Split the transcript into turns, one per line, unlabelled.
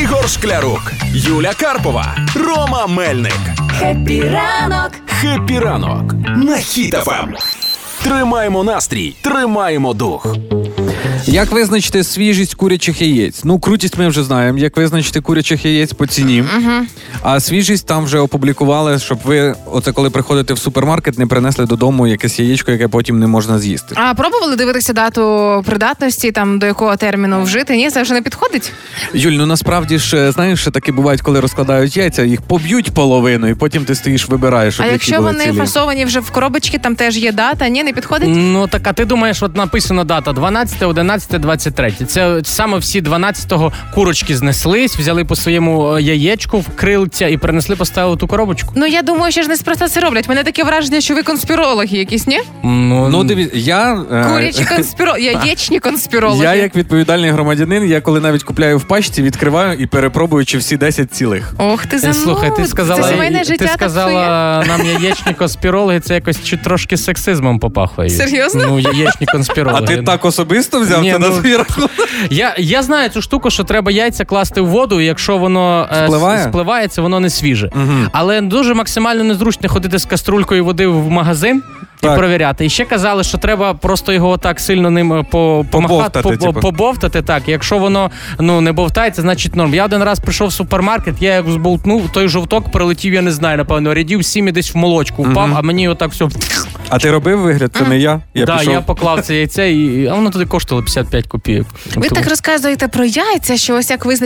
Ігор Шклярук, Юля Карпова, Рома Мельник.
Хеппі ранок!
Хеппі ранок на хітафам. Тримаємо настрій, тримаємо дух.
Як визначити свіжість курячих яєць? Ну, крутість ми вже знаємо. Як визначити курячих яєць по ціні. А свіжість там вже опублікували, щоб ви, оце коли приходите в супермаркет, не принесли додому якесь яєчко, яке потім не можна з'їсти.
А пробували дивитися дату придатності, там до якого терміну вжити? Ні, це вже не підходить.
Юль, ну насправді ж е, знаєш, що таке бувають, коли розкладають яйця, їх поб'ють половину, і потім ти стоїш, вибираєш. щоб
а
які
якщо
були
вони
цілі.
фасовані вже в коробочки, там теж є дата. Ні, не підходить.
Ну так, а ти думаєш, от написано дата 12, 11, 23. Це саме всі 12-го курочки знеслись, взяли по своєму е, яєчку, вкрили це і принесли, поставили ту коробочку.
Ну я думаю, що ж неспроста це роблять. Мене таке враження, що ви конспірологи якісь, ні?
Ну, дивіться, я. е,
Курячі конспіро... яєчні конспірологи.
Я, як відповідальний громадянин, я коли навіть купляю в пачці, відкриваю і перепробую, чи всі 10 цілих.
Ох, ти
Е,
зануд.
Слухай, ти сказала,
це сімейне життя
ти сказала нам яєчні конспірологи, це якось чи трошки сексизмом попахує.
Серйозно?
Ну, яєчні конспірологи.
А ти
Ну,
так особисто взяв
Ні,
це на
ну,
свій рахунок?
Я, я знаю цю штуку, що треба яйця класти в воду, і якщо воно е,
Спливає?
с- спливає, це воно не свіже. Але дуже максимально незручно ходити з каструлькою води в магазин
Так.
і перевіряти. І ще казали, що треба просто його так сильно ним е, по, помахати,
Побовтати,
по-
типу.
побовтати. Так, якщо воно ну не бовтається, значить норм. Я один раз прийшов в супермаркет, я як зболтнув, той жовток прилетів, я не знаю, напевно, рядів сім і десь в молочку впав, а мені отак все.
А ти робив вигляд, це не я. Я
да,
пішов.
я поклав це яйце, і а воно тоді коштувало 55 копійок.
Ви
Тому-
так розказуєте про яйця, що ось як ви